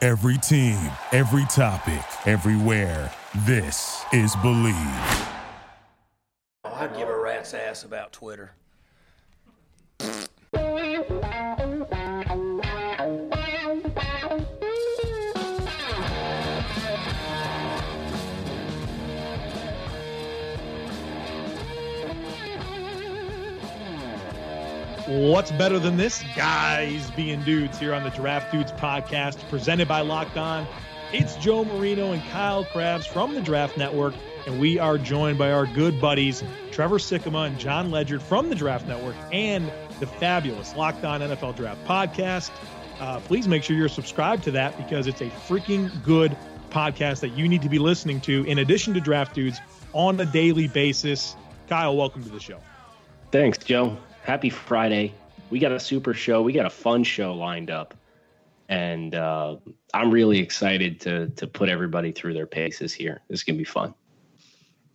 Every team, every topic, everywhere. This is Believe. Oh, I'd give a rat's ass about Twitter. What's better than this? Guys being dudes here on the Draft Dudes podcast presented by Locked On. It's Joe Marino and Kyle Krabs from the Draft Network, and we are joined by our good buddies Trevor Sikkema and John Ledger from the Draft Network and the fabulous Locked On NFL Draft podcast. Uh, please make sure you're subscribed to that because it's a freaking good podcast that you need to be listening to in addition to Draft Dudes on a daily basis. Kyle, welcome to the show. Thanks, Joe. Happy Friday. We got a super show. We got a fun show lined up. And uh, I'm really excited to to put everybody through their paces here. This is gonna be fun.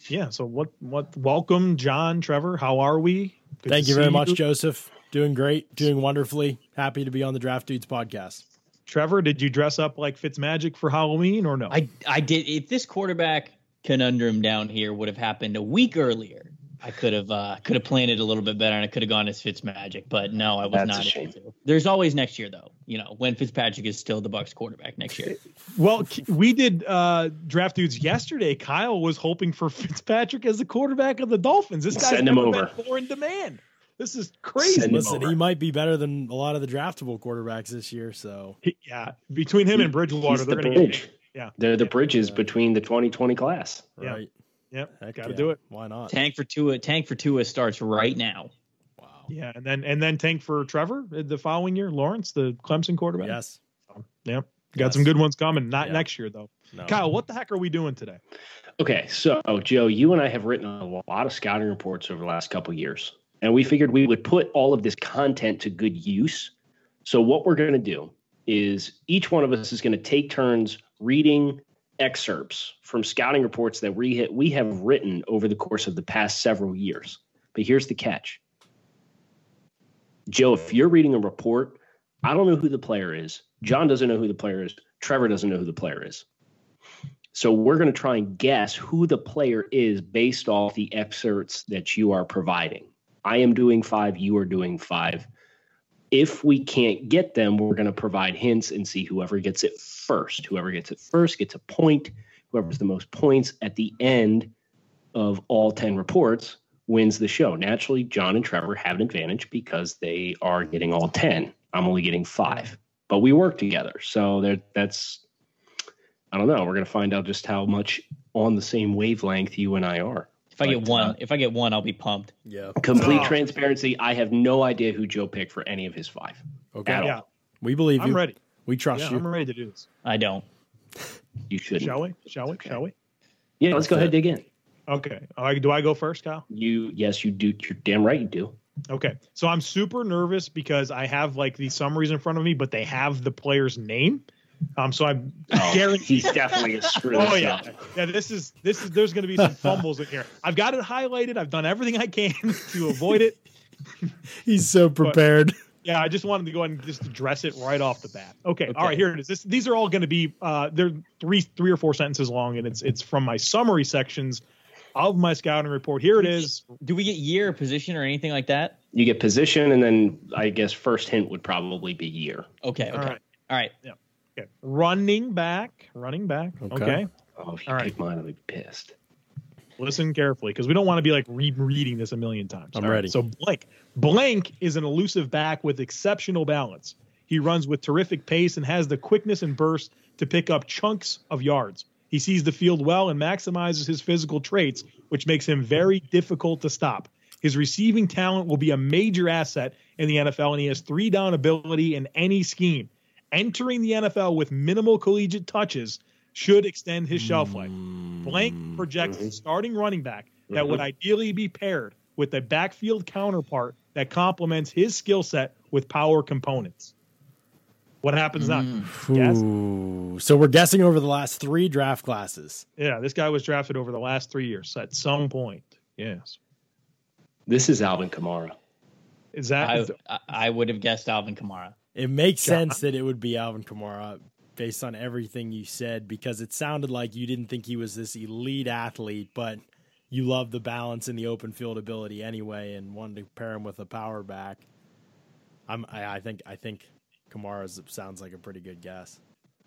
yeah so what what welcome john trevor how are we Good Thank to you very see much, Joseph. Doing great, doing wonderfully. Happy to be on the Draft Dudes podcast. trevor did you dress up like fitzmagic for halloween or no I I did if this quarterback conundrum down here would have happened a week earlier, I could have uh could have planned it a little bit better and I could have gone as Fitzmagic, but no, I That's was not a able to. There's always next year though, you know, when Fitzpatrick is still the Bucks quarterback next year. well K- we did uh draft dudes yesterday kyle was hoping for fitzpatrick as the quarterback of the dolphins this guy's Send him never over. been more in demand this is crazy Send him Listen, over. he might be better than a lot of the draftable quarterbacks this year. So He- yeah between him and bridgewater He's they're the gonna get bridge. Yeah. They're the bridges between the 2020 class. Yeah. right, yep Heck gotta yeah. do it Why not? Tank for Tua, tank for Tua starts right now. Wow. yeah and then and then tank for trevor uh, the following year lawrence the clemson quarterback Yes. yeah got Yes. some good ones coming not Yeah. next year though No. kyle what the heck are we doing today Okay, so Joe, you and I have written a lot of scouting reports over the last couple years, and we figured we would put all of this content to good use. So what we're going to do is each one of us is going to take turns reading excerpts from scouting reports that we ha- we have written over the course of the past several years. But here's the catch. Joe, if you're reading a report, I don't know who the player is. John doesn't know who the player is. Trevor doesn't know who the player is. So we're going to try and guess who the player is based off the excerpts that you are providing. I am doing five, you are doing five. If we can't get them, we're going to provide hints and see whoever gets it first. Whoever gets it first gets a point. Whoever's the most points at the end of all 10 reports wins the show. Naturally, John and Trevor have an advantage because they are getting all 10. I'm only getting five, but we work together. So there, that's I don't know. We're gonna find out just how much on the same wavelength you and I are. If I Like get one, Tua. if I get one, I'll be pumped. Yeah. Complete Oh. transparency. I have no idea who Joe picked for any of his five. Okay. At all. yeah We believe i'm you. ready We trust yeah, you. i'm ready to do this I don't. You shouldn't. Shall we? Shall we? Shall we? Yeah, let's go ahead and dig in. Okay. All right, do I go first, Kyle? You yes, you do. You're damn right you do. Okay. So I'm super nervous because I have like the summaries in front of me, but they have the player's name. Um. So I'm Oh, guaranteed. he's definitely a screw. Oh this yeah, up. yeah. This is this is. There's going to be some fumbles in here. I've got it highlighted. I've done everything I can to avoid it. He's so prepared. Yeah, I just wanted to go ahead and just address it right off the bat. Okay, all Okay. right, here it is. This, these are all going to be uh, they're three three or four sentences long, and it's it's from my summary sections of my scouting report. Here it is. Do we get year, position, or anything like that? You get position, and then I guess first hint would probably be year. Okay, okay. All right. All right. Okay. Running back, running back. Okay. Okay. Oh, if you All right. pick mine, I'll be pissed. Listen carefully because we don't want to be like rereading this a million times. I'm All right, ready. So blank. Blank is an elusive back with exceptional balance. He runs with terrific pace and has the quickness and burst to pick up chunks of yards. He sees the field well and maximizes his physical traits, which makes him very difficult to stop. His receiving talent will be a major asset in the NFL, and he has three down ability in any scheme. Entering the NFL with minimal collegiate touches should extend his shelf life. Hmm. Blank projects starting running back that would ideally be paired with a backfield counterpart that complements his skill set with power components. What happens Hmm. now? Yes. Ooh. So we're guessing over the last three draft classes. Yeah, this guy was drafted over the last three years at some point. Yes. This is Alvin Kamara. Is that I, I I would have guessed Alvin Kamara. It makes John. sense that it would be Alvin Kamara based on everything you said because it sounded like you didn't think he was this elite athlete, but you love the balance and the open field ability anyway, and wanted to pair him with a power back. I'm, I, I think, I think Kamara's sounds like a pretty good guess.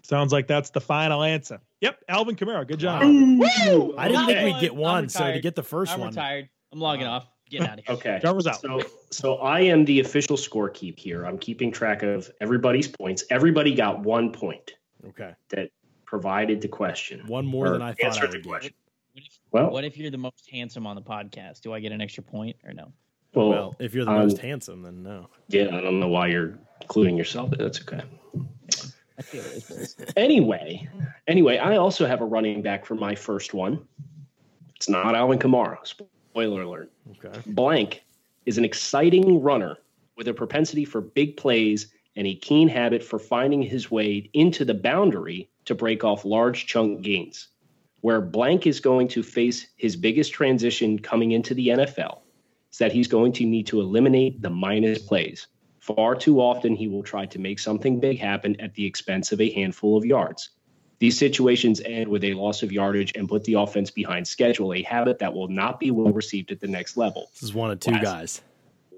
Sounds like that's the final answer. Yep, Alvin Kamara. Good job. Woo! I didn't Got think we'd get one, I'm so to retired. get the 1st I'm one, retired. I'm logging off. Getting out of here. Uh, Okay. Jarvis out. So, so I am the official scorekeep here. I'm keeping track of everybody's points. Everybody got one point okay, that provided the question. one more Or than I thought I answered the would get. question. Well, What if you're the most handsome on the podcast? Do I get an extra point or no? well, Well, if you're the Um, most handsome, then no. yeah, I don't know why you're including yourself, but that's okay. I feel it is. Anyway, anyway, I also have a running back for my first one. It's not Alvin Kamara. Spoiler alert. Okay. Blank is an exciting runner with a propensity for big plays and a keen habit for finding his way into the boundary to break off large chunk gains. Where Blank is going to face his biggest transition coming into the NFL is that he's going to need to eliminate the minus plays. Far too often, he will try to make something big happen at the expense of a handful of yards. These situations end with a loss of yardage and put the offense behind schedule, a habit that will not be well received at the next level This is one of two Last- guys.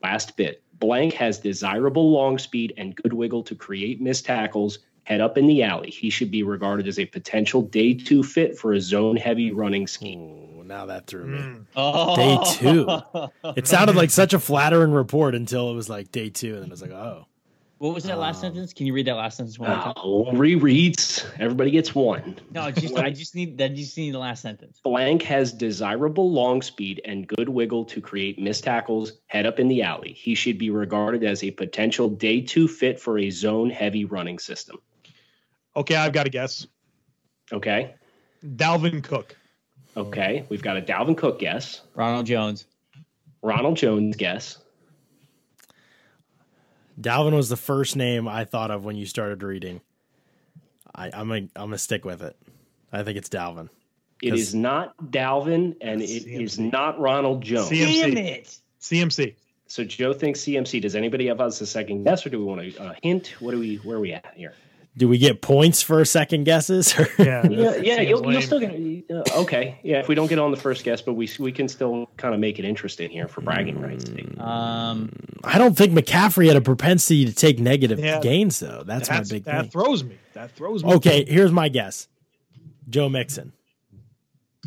last bit. Blank has desirable long speed and good wiggle to create missed tackles, head up in the alley. He should be regarded as a potential day two fit for a zone heavy running scheme. Ooh, now that threw me. Mm. Oh. Day two. It sounded like such a flattering report until it was like day two, and then I was like, oh, What was that last Um, sentence? Can you read that last sentence one more time? Oh, rereads. Everybody gets one. No, just What? I just need that. Just need the last sentence. Blank has desirable long speed and good wiggle to create missed tackles, head up in the alley. He should be regarded as a potential day two fit for a zone heavy running system. Okay, I've got a guess. Okay. Dalvin Cook. Okay. We've got a Dalvin Cook guess, Ronald Jones. Ronald Jones guess. Dalvin was the first name I thought of when you started reading. I, I'm gonna, I'm gonna stick with it. I think it's Dalvin. It 'Cause- is not Dalvin and it is not Ronald Jones. CMC. Damn it! CMC. So Joe thinks CMC. Does anybody have us a second guess or do we want to uh, hint? What do we where are we at here? Do we get points for second guesses? Or Yeah. Yeah, yeah, seems you'll, you'll lame. still get uh, okay. Yeah, if we don't get on the first guess, but we we can still kind of make it interesting here for bragging rights. sake. Um, I don't think McCaffrey had a propensity to take negative Yeah. gains, though. That's, That's- my big that thing. throws me. That throws me. okay, here's my guess: Joe Mixon.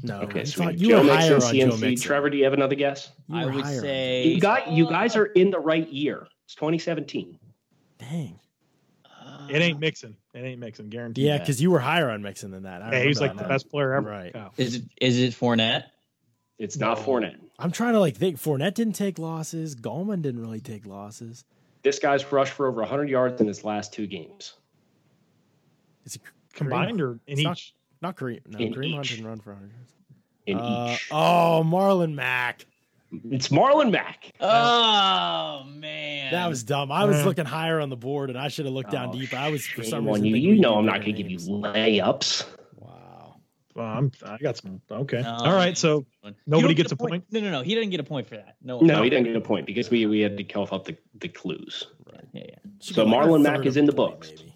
No, Okay, you, so thought- you Joe were higher Mixon, on Joe CMC. Mixon. Trevor, do you have another guess? Mm, You I were would higher on- say You got you guys are in the right year. It's 2017. dang, Uh, It ain't mixing. It ain't mixing. Guaranteed. yeah, that. because you were higher on Mixon than that. I yeah, he was remember like that the now. best player ever. Right. Oh. Is it is it Fournette? It's not No. Fournette. I'm trying to like think. Fournette didn't take losses. Gallman didn't really take losses. This guy's rushed for over 100 yards in his last two games. Is it Combined or in It's not- each? Not Kareem. No, In Kareem Hunt each. didn't run for 100 yards. In Uh, each, Oh, Marlon Mack. it's Marlon Mack. Oh man, That was dumb. I was Yeah. looking higher on the board, and I should have looked down Oh, deep. I was for Shame some on reason. you. thinking You we'd know get I'm not better going to give you names. layups. Wow. Well, I'm, I got some. Okay. No, All right. man. So You don't nobody get gets a point? No, no, no. He didn't get a point for that. No, No, he didn't get a point because we, we had to cough up the, the clues. Yeah, yeah. Should So be like a Marlon third Mack of is a in the point, books. maybe.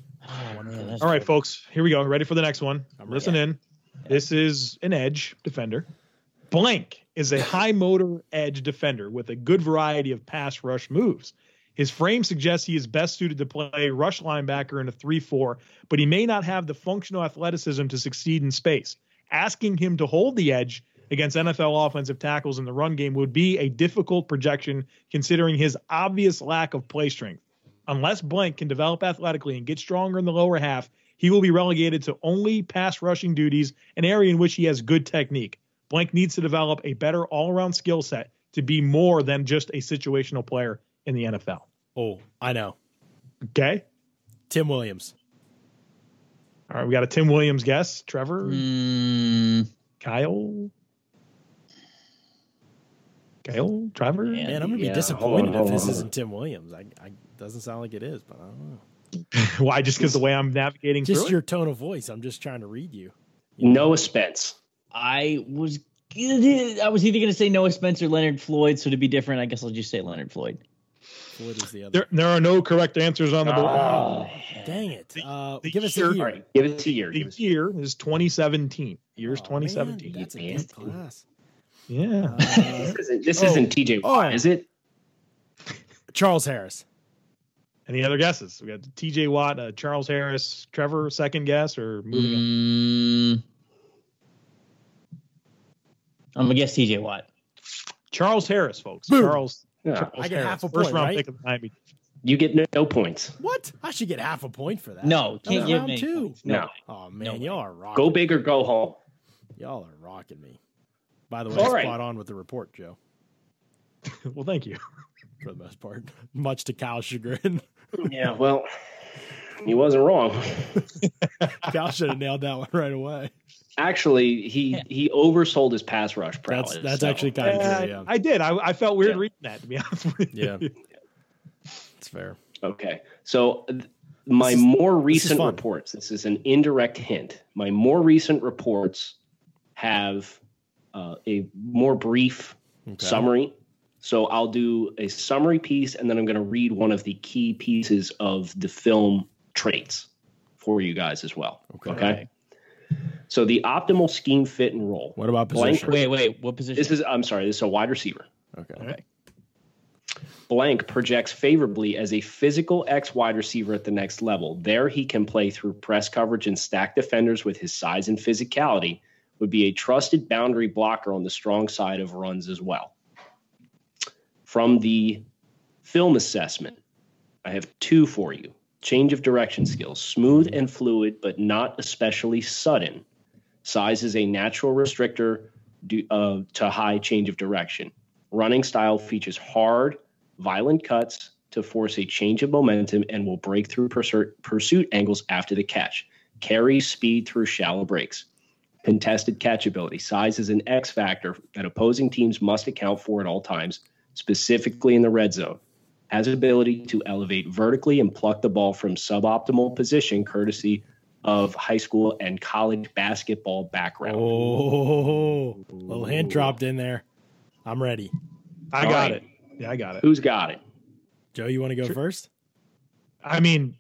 All right, folks, here we go. Ready for the next one? I'm ready. Listen in. This is an edge defender. Blank is a high motor edge defender with a good variety of pass rush moves. His frame suggests he is best suited to play rush linebacker in a 3 4, but he may not have the functional athleticism to succeed in space. Asking him to hold the edge against NFL offensive tackles in the run game would be a difficult projection considering his obvious lack of play strength. Unless Blank can develop athletically and get stronger in the lower half, he will be relegated to only pass rushing duties, an area in which he has good technique. Blank needs to develop a better all around skill set to be more than just a situational player in the NFL. Oh, I know. Okay. Tim Williams. All right. We got a Tim Williams guess. Trevor, Hmm. Mm, Kyle. Kyle, Trevor. Yeah. Man, I'm gonna Yeah, be hold disappointed on, hold if this on. isn't Tim Williams. I, I doesn't sound like it is, but I don't know. Why? Just because the way I'm navigating Just through your tone of voice. I'm just trying to read you. Noah Spence. I was. I was either going to say Noah Spencer, Leonard Floyd. So to be different, I guess I'll just say Leonard Floyd. What is the other? There, there are no correct answers on the board. oh, Ah, Dang it! Uh, the give us year- a all year. right, give it a year. The year is 2017. Year's Oh, man, 2017. that's a You good nasty. class. Yeah. Uh, This isn't, this Oh. isn't TJ Oh. Watt, is it? Charles Harris. Any other guesses? We got T.J. Watt, uh, Charles Harris, Trevor. Second guess or moving on. Mm, I'm gonna guess TJ Watt. Charles Harris, folks. Boom. Charles. No. Charles I get Harris, half a first point, round right? pick of the Miami. You get no, no points. What? I should get half a point for that. No, that was can't give round me two. No. Oh No man, way. y'all are rocking. Go big or go home. Y'all are rocking me. By the way, All spot right. on with the report, Joe. Well, thank you. For the most part, much to Cal's chagrin. Yeah, well, he wasn't wrong. Cal should have nailed that one right away. Actually, he Yeah. he oversold his pass rush prowess. That's that's so- actually kind of Yeah, true. Yeah, I did. I, I felt weird Yeah. reading that, to be honest with you. yeah, it's fair. okay. So th- my This is- more this is recent fun. reports. This is an indirect hint. My more recent reports have uh, a more brief Okay. summary. So I'll do a summary piece, and then I'm going to read one of the key pieces of the film traits for you guys as well. Okay. okay? So the optimal scheme, fit, and role. What about Blank position? Wait, wait, what position? This is, I'm sorry, this is a wide receiver. Okay. Blank projects favorably as a physical X wide receiver at the next level. There he can play through press coverage and stack defenders with his size and physicality, would be a trusted boundary blocker on the strong side of runs as well. From the film assessment, I have two for you. Change of direction skills, smooth and fluid, but not especially sudden. Size is a natural restrictor due, uh, to high change of direction. Running style features hard, violent cuts to force a change of momentum and will break through pursu- pursuit angles after the catch. Carries speed through shallow breaks. Contested catchability. Size is an X factor that opposing teams must account for at all times, specifically in the red zone. Has ability to elevate vertically and pluck the ball from suboptimal position, courtesy of high school and college basketball background. Oh, little hint dropped in there. I'm ready. I All got right. it. Yeah, I got it. Who's got it? Joe, you want to go first? I mean,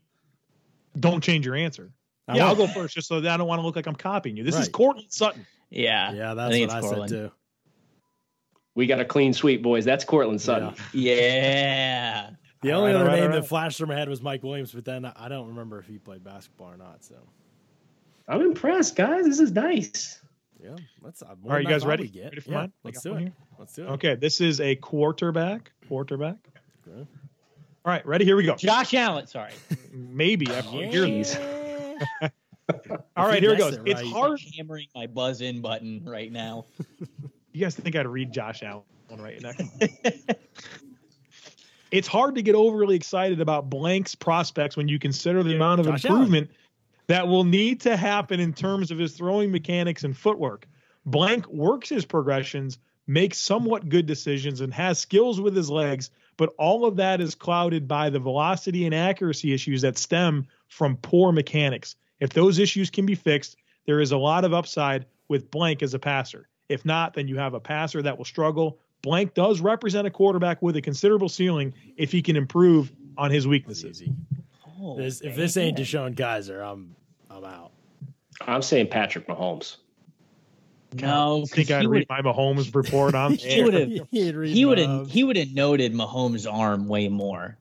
don't change your answer. I yeah, I'll will. go first just so that I don't want to look like I'm copying you. This is Right. Cortland Sutton. yeah, Yeah, that's think what it's I Corlin. said too. We got a clean sweep, boys. That's Cortland Sutton. yeah. The All only right, other all right, name all that right. flashed through my head was Mike Williams, but then I don't remember if he played basketball or not. So, I'm impressed, guys. This is nice. yeah, uh, let's. All Are you guys ready? Get. Ready for yeah, mine? I Let's got do it. one here. Let's do it. Okay, this is a quarterback. Quarterback. Okay. All right, ready? Here we go. Josh Allen, sorry. Maybe after you hear this. Yeah. All If right, he here it gets goes. it It's right, he's hard. Hammering my buzz in button right now. You guys think I'd read Josh Allen right next? it's hard to get overly excited about blank's prospects when you consider the amount of Josh Allen. improvement that will need to happen in terms of his throwing mechanics and footwork. Blank works his progressions, makes somewhat good decisions, and has skills with his legs, but all of that is clouded by the velocity and accuracy issues that stem from poor mechanics. If those issues can be fixed, there is a lot of upside with Blank as a passer. If not, then you have a passer that will struggle. Blank does represent a quarterback with a considerable ceiling if he can improve on his It's weaknesses. easy. Oh, This, if this ain't man. Deshaun Kaiser, I'm I'm out. I'm saying Patrick Mahomes. no, I think I'd he read would my Mahomes report on. He would've- He'd read he would have Mahomes. he would have noted Mahomes' arm way more.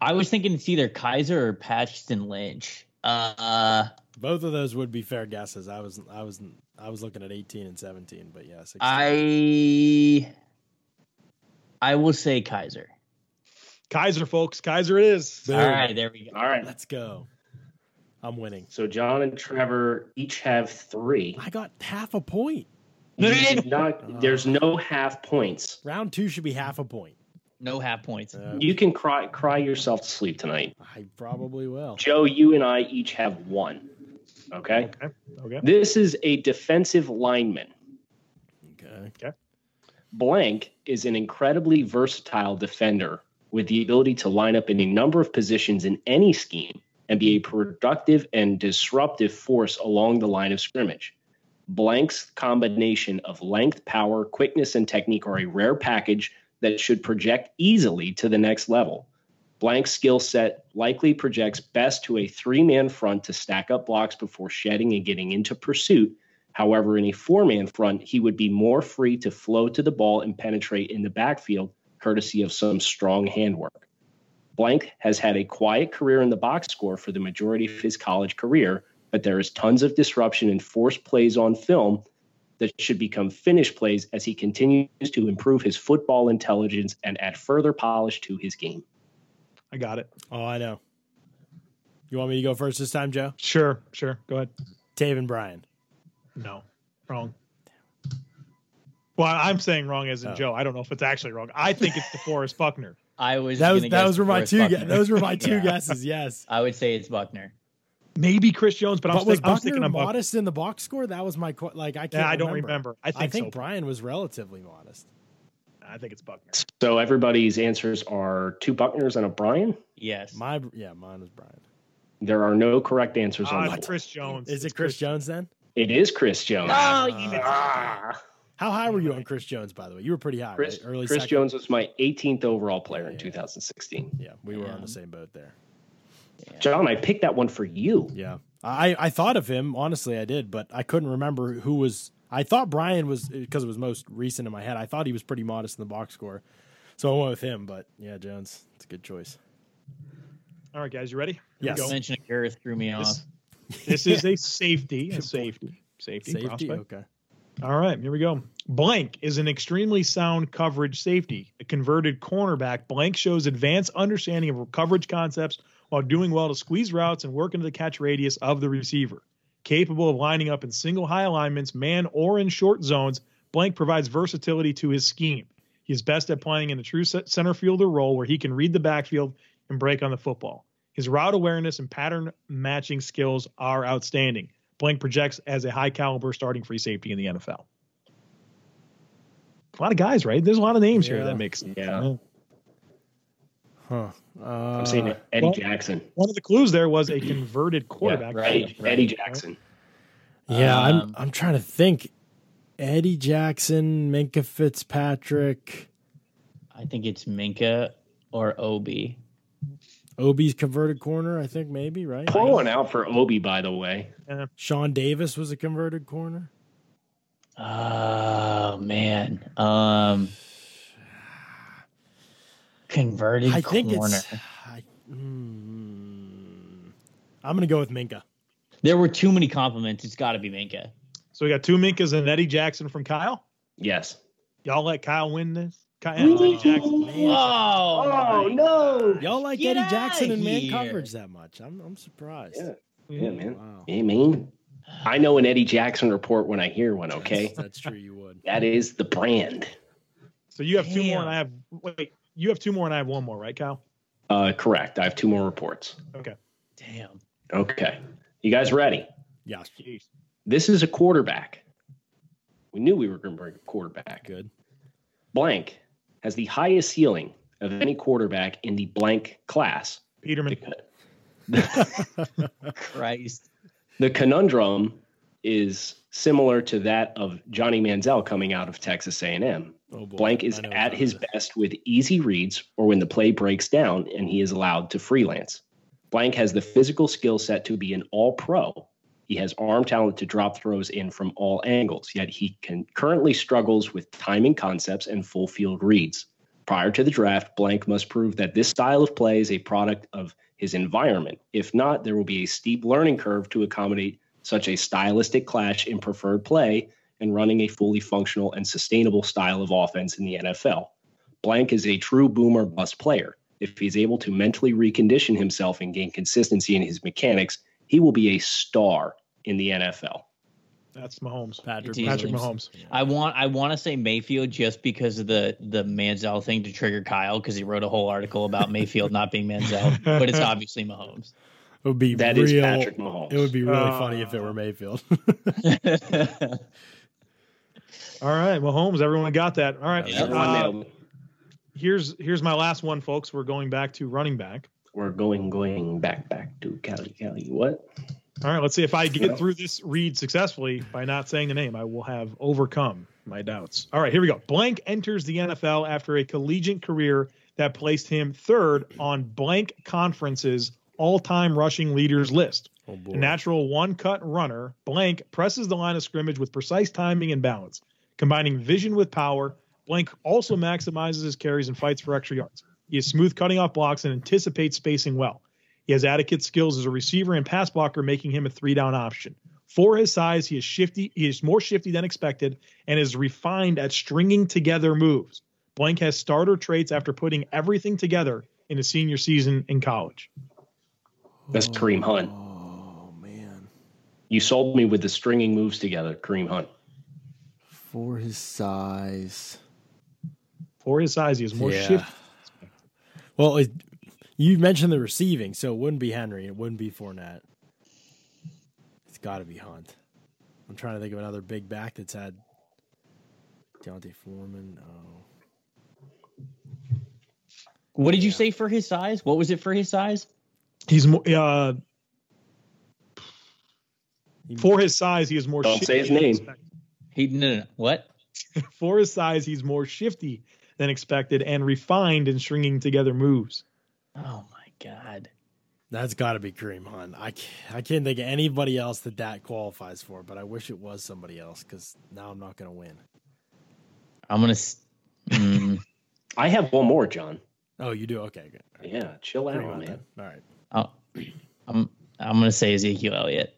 I was thinking it's either Kaiser or Paxton Lynch. Uh, Both of those would be fair guesses. I was I was I was looking at 18 and 17, but yeah, 16. I I will say Kaiser. Kaiser, folks. Kaiser it is. Boom. All right, there we go. All right. Let's go. I'm winning. So John and Trevor each have three. I got half a point. No, you did didn't. Not, there's no half points. Round two should be half a point. No half points. Uh, You can cry cry yourself to sleep tonight. I probably will. Joe, you and I each have one. Okay. Okay. Okay. This is a defensive lineman. Okay. Blank is an incredibly versatile defender with the ability to line up in a number of positions in any scheme and be a productive and disruptive force along the line of scrimmage. Blank's combination of length, power, quickness, and technique are a rare package that should project easily to the next level. Blank skill set likely projects best to a three man front to stack up blocks before shedding and getting into pursuit. However, in a four man front, he would be more free to flow to the ball and penetrate in the backfield, courtesy of some strong handwork. Blank has had a quiet career in the box score for the majority of his college career, but there is tons of disruption and forced plays on film that should become finished plays as he continues to improve his football intelligence and add further polish to his game. I got it. Oh, I know. You want me to go first this time, Joe? Sure, sure. Go ahead. Dave and Brian. No, wrong. Well, I'm saying wrong as in Oh. Joe. I don't know if it's actually wrong. I think it's DeForest Buckner. I was That was gonna that guess was were my DeForest two. Gu- Buckner. those were my two Yeah. guesses. Yes. I would say it's Buckner. Maybe Chris Jones, but, But I'm, think, was I'm Buckner thinking I'm Buckner. modest in the box score? That was my qu- like. I can't. Yeah, I don't remember. I think, I think so. Brian was relatively modest. I think it's Buckner. So everybody's answers are two Buckners and a Brian. Yes. My yeah, mine was Brian. There are no correct answers on Ah, the it's board. Chris Jones. Is it Chris Jones then? It is Chris Jones. Oh, Ah. How high were you on Chris Jones? By the way, you were pretty high. Chris, right? early Chris second? Jones was my 18th overall player in Yeah. 2016. Yeah, we were on Yeah. the same boat there. John, I picked that one for you. Yeah, I I thought of him honestly. I did, but I couldn't remember who was. I thought Brian was because it was most recent in my head. I thought he was pretty modest in the box score, so I went with him. But yeah, Jones, it's a good choice. All right, guys, you ready? Here we Yes. go. Mentioning Girth threw me off. This, this is a safety. A safety. Safety, Safety, prospect. okay. All right, here we go. Blank is an extremely sound coverage safety, a converted cornerback. Blank shows advanced understanding of coverage concepts while doing well to squeeze routes and work into the catch radius of the receiver. Capable of lining up in single high alignments, man or in short zones, Blank provides versatility to his scheme. He is best at playing in a true se- center fielder role where he can read the backfield and break on the football. His route awareness and pattern matching skills are outstanding. Blank projects as a high caliber starting free safety in the NFL. A lot of guys, right? There's a lot of names here Yeah. that makes sense. Yeah. Huh. I'm saying Uh, Eddie well- Jackson. One of the clues there was a converted quarterback. right. Eddie, Eddie Jackson. yeah, I'm Um, I'm trying to think. Eddie Jackson, Minka Fitzpatrick, I think it's Minka or Obi. Obie's converted corner. I think maybe right. Pour one out for Obi, by the way. Sean Davis was a converted corner. Oh man. Um converted I think corner. it's. I, mm, I'm gonna go with Minka. There were too many compliments. It's gotta be Minka. So we got two Minkas and Eddie Jackson from Kyle. Yes. Y'all let Kyle win this? Kyle Eddie Jackson. Oh, no. Y'all like Get Eddie Jackson outta and man here. coverage that much? I'm I'm surprised. Yeah. Yeah, man. Wow. Hey, man. I know an Eddie Jackson report when I hear one, okay? That's, that's true. You would. that is the brand. So you have two more Damn. and I have wait, you have two more and I have one more, right, Kyle? Uh, correct. I have two more reports. Okay. Damn. Okay. You guys ready? Yes. Jeez. This is a quarterback. We knew we were going to bring a quarterback. Good. Blank has the highest ceiling of any quarterback in the blank class. Peterman. Christ. The conundrum is similar to that of Johnny Manziel coming out of Texas A&M. Oh boy. Blank is I know at about his this. best with easy reads or when the play breaks down and he is allowed to freelance. Blank has the physical skill set to be an all pro. He has arm talent to drop throws in from all angles, yet he can, currently struggles with timing concepts and full field reads. Prior to the draft, Blank must prove that this style of play is a product of his environment. If not, there will be a steep learning curve to accommodate such a stylistic clash in preferred play and running a fully functional and sustainable style of offense in the NFL. Blank is a true boomer bust player. If he's able to mentally recondition himself and gain consistency in his mechanics, he will be a star in the NFL. That's Mahomes. Patrick. It's easily- Patrick Patrick. Mahomes. I want I want to say Mayfield just because of the the Manziel thing to trigger Kyle because he wrote a whole article about Mayfield not being Manziel, but it's obviously Mahomes. It would be That real. is Patrick Mahomes. It would be really Uh, funny if it were Mayfield. All right, Mahomes. Everyone got that. All right. Yeah. Everyone Uh, nailed it. here's here's my last one, folks. We're going back to running back. We're going going back back to Cali Cali. What? All right, let's see if I get through this read successfully by not saying the name. I will have overcome my doubts. All right, here we go. Blank enters the NFL after a collegiate career that placed him third on blank conference's all-time rushing leaders list. Oh A boy. natural one cut runner, Blank presses the line of scrimmage with precise timing and balance. Combining vision with power, Blank also maximizes his carries and fights for extra yards. He is smooth cutting off blocks and anticipates spacing well. He has adequate skills as a receiver and pass blocker, making him a three down option. For his size, he is shifty. He is more shifty than expected and is refined at stringing together moves. Blank has starter traits after putting everything together in his senior season in college. That's Kareem Hunt. Oh man. You sold me with the stringing moves together, Kareem Hunt. For his size. For his size, he is more Yeah. shifty. Well, it, you mentioned the receiving, so it wouldn't be Henry. It wouldn't be Fournette. It's got to be Hunt. I'm trying to think of another big back that's had Deontay Foreman. Oh, What did you say for his size? What was it for his size? He's more uh, He- for his size. He is more. Don't shifty say his than name. expected. He no, no, no. what? For his size, he's more shifty than expected and refined in stringing together moves. Oh my god. that's got to be Kareem Hunt. I can't, I can't think of anybody else that that qualifies for, but I wish it was somebody else because now I'm not going to win. I'm gonna. s- Mm, I have one more, John. Oh, you do? Okay, good. Yeah, chill Kareem out, Hunt, man. then. All right. I'll- Oh, I'm I'm gonna say Ezekiel Elliott.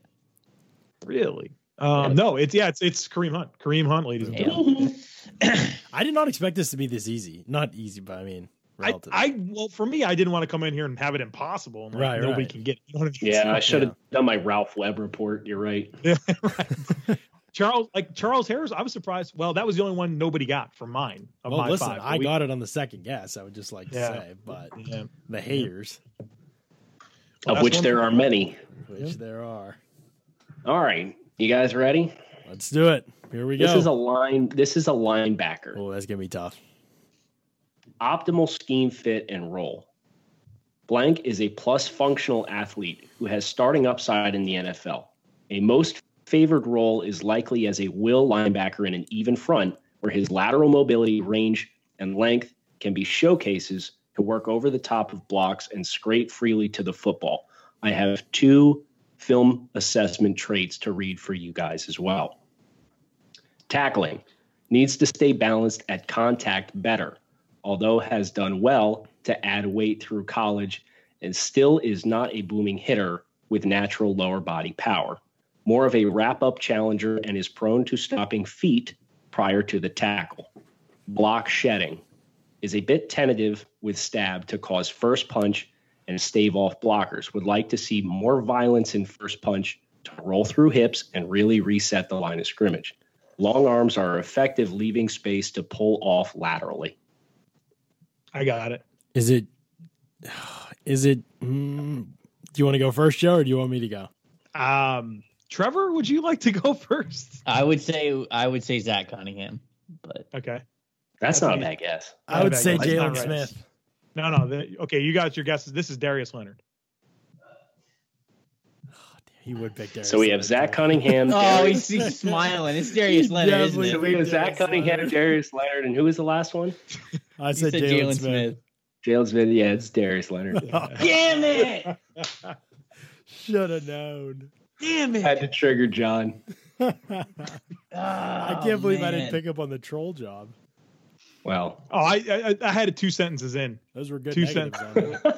Really? Um, no, it's yeah, it's it's Kareem Hunt. Kareem Hunt, ladies and gentlemen. Damn. I did not expect this to be this easy. Not easy, but I mean, I, relative. I well for me, I didn't want to come in here and have it impossible and like, Right, nobody right. can get it. You know what I mean? Yeah, I should have done my Ralph Webb report. You're right. Charles like Charles Harris, I was surprised. Well, that was the only one nobody got from mine. Of well, my listen, five, but I we- got it on the second guess. I would just like to Yeah. say, but yeah. the haters, Well, of that's which one there for- are many. which there are. All right. You guys ready? Let's do it. Here we This go. is a line this is a linebacker. oh, that's gonna be tough. Optimal scheme fit and role. Blank is a plus functional athlete who has starting upside in the NFL. A most favored role is likely as a will linebacker in an even front where his lateral mobility, range, and length can be showcases to work over the top of blocks and scrape freely to the football. I have two film assessment traits to read for you guys as well. Tackling needs to stay balanced at contact better, although has done well to add weight through college and still is not a booming hitter with natural lower body power. More of a wrap up challenger and is prone to stopping feet prior to the tackle. Block shedding is a bit tentative with stab to cause first punch and stave off blockers. Would like to see more violence in first punch to roll through hips and really reset the line of scrimmage. Long arms are effective, leaving space to pull off laterally. I got it. Is it? Is it? Mm, do you want to go first, Joe, or do you want me to go? Um Trevor, would you like to go first? I would say I would say Zach Cunningham, but Okay. That's That's not a easy. bad guess. I, I would beg say your pardon. Jalen That's not right. Smith. No, no. The, okay, you got your guesses. This is Darius Leonard. He would pick Darius. So we have Leonard. Zach Cunningham. oh, Darius, he's, he's smiling. It's Darius Leonard, isn't definitely- so it? we have Zach Darius Cunningham, Leonard. Darius Leonard, and who was the last one? I You said, Jalen Smith. Oh, Jalen Smith. Yeah, it's Darius Leonard. Damn it! Should have known. Damn it! Had to trigger John. I Oh, can't believe I didn't pick up on the troll job. Well, Oh, I I, I had it two sentences in. Those were good Two negatives. cents. On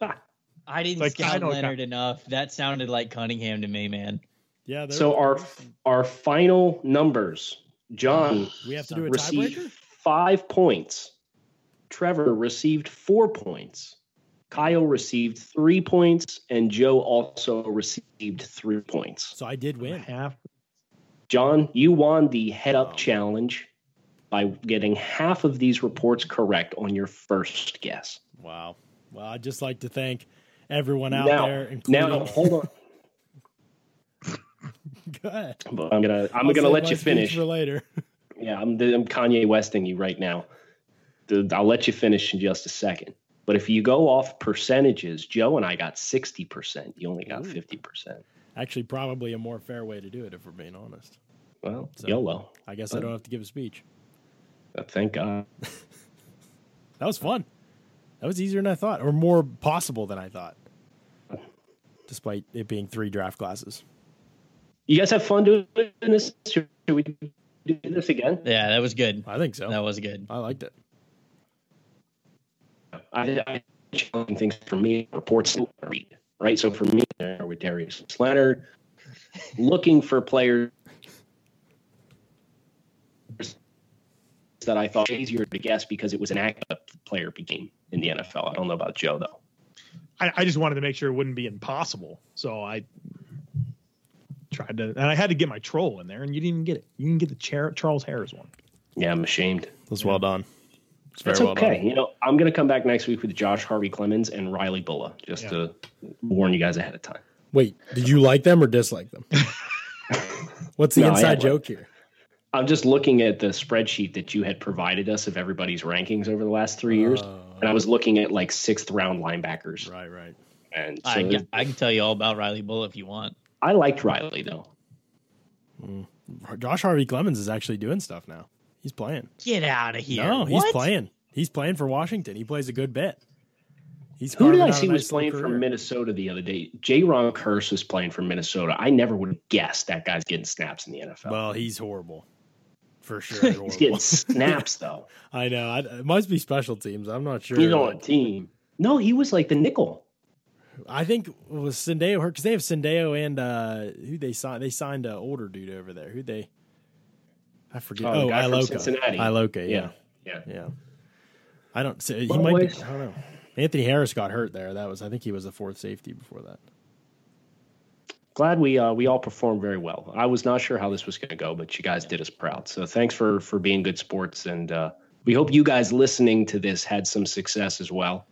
that. I didn't Like, I scout don't- Leonard enough. That sounded like Cunningham to me, man. Yeah. there so we our go. our final numbers. John we have to do a received tiebreaker. five points. Trevor received four points. Kyle received three points, and Joe also received three points. So I did win. Half. John, you won the head Oh. up challenge by getting half of these reports correct on your first guess. Wow. Well, I'd just like to thank everyone out Now- there, including Now, hold on. Go ahead. I'm gonna I'm I'll gonna save let my you speech finish. for later. Yeah, I'm, I'm Kanye Westing you right now. The- I'll let you finish in just a second. But if you go off percentages, Joe and I got 60%. You only got 50%. Actually, probably a more fair way to do it, if we're being honest. Well, So- YOLO. I guess I don't have to give a speech. Uh, Thank God. That was fun. That was easier than I thought, or more possible than I thought, despite it being three draft classes. You guys have fun doing this? Should we do this again? Yeah, that was good. I think so. That was good. I liked it. I, I challenging things for me reports that I read, right? So for me, there with Darius Leonard, looking for players that I thought easier to guess because it was an active player became in the NFL. I don't know about Joe though. I, I just wanted to make sure it wouldn't be impossible. So I tried to, and I had to get my troll in there, and you didn't even get it. You didn't get the Char- Charles Harris one. Yeah, I'm ashamed. That's well done. It's That's okay. You know, I'm going to come back next week with Josh Harvey Clemens and Riley Bulla just Yeah. to warn you guys ahead of time. Wait, did you like them or dislike them? What's the No, I inside had one. joke here? I'm just looking at the spreadsheet that you had provided us of everybody's rankings over the last three years, and I was looking at like sixth round linebackers, Oh. Right, right. and so I, I can tell you all about Riley Bull if you want. I liked Riley though. Josh Harvey Clemens is actually doing stuff now. He's playing. Get out of here. No, he's What? playing. He's playing for Washington. He plays a good bit. He's Who did carving I out a see nice was little playing for career. Minnesota the other day? J. Ron Curse was playing for Minnesota. I never would have guessed that guy's getting snaps in the NFL. Well, he's horrible. For sure. He's horrible. getting snaps though. I know. I, it must be special teams. I'm not sure. He's on a team. No, he was like the nickel. I think it was Sendeo hurt because they have Sendeo and uh, who they signed. They signed an older dude over there. Who they? I forget. Oh, the Oh, guy from Iloka. Cincinnati. Iloka. Yeah. Yeah, yeah. Yeah. I don't. So he Well, might. Be, boys. I don't know. Anthony Harris got hurt there. That was. I think he was the fourth safety before that. Glad we uh, we all performed very well. I was not sure how this was going to go, but you guys did us proud. So thanks for for being good sports, and uh, we hope you guys listening to this had some success as well.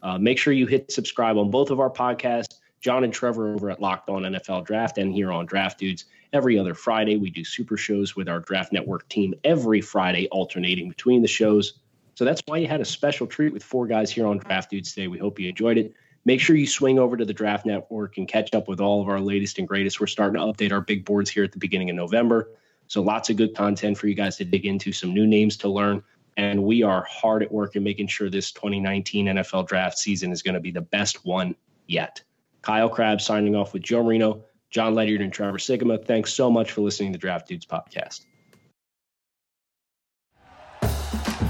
Uh, make sure you hit subscribe on both of our podcasts. John and Trevor over at Locked On NFL Draft and here on Draft Dudes. Every other Friday, we do super shows with our Draft Network team every Friday, alternating between the shows. So that's why you had a special treat with four guys here on Draft Dudes today. We hope you enjoyed it. Make sure you swing over to the Draft Network and catch up with all of our latest and greatest. We're starting to update our big boards here at the beginning of November. So lots of good content for you guys to dig into, some new names to learn. And we are hard at work in making sure this 2019 NFL draft season is going to be the best one yet. Kyle Crabb signing off with Joe Marino, John Ledyard, and Trevor Sigma. Thanks so much for listening to Draft Dudes Podcast.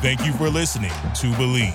Thank you for listening to Believe.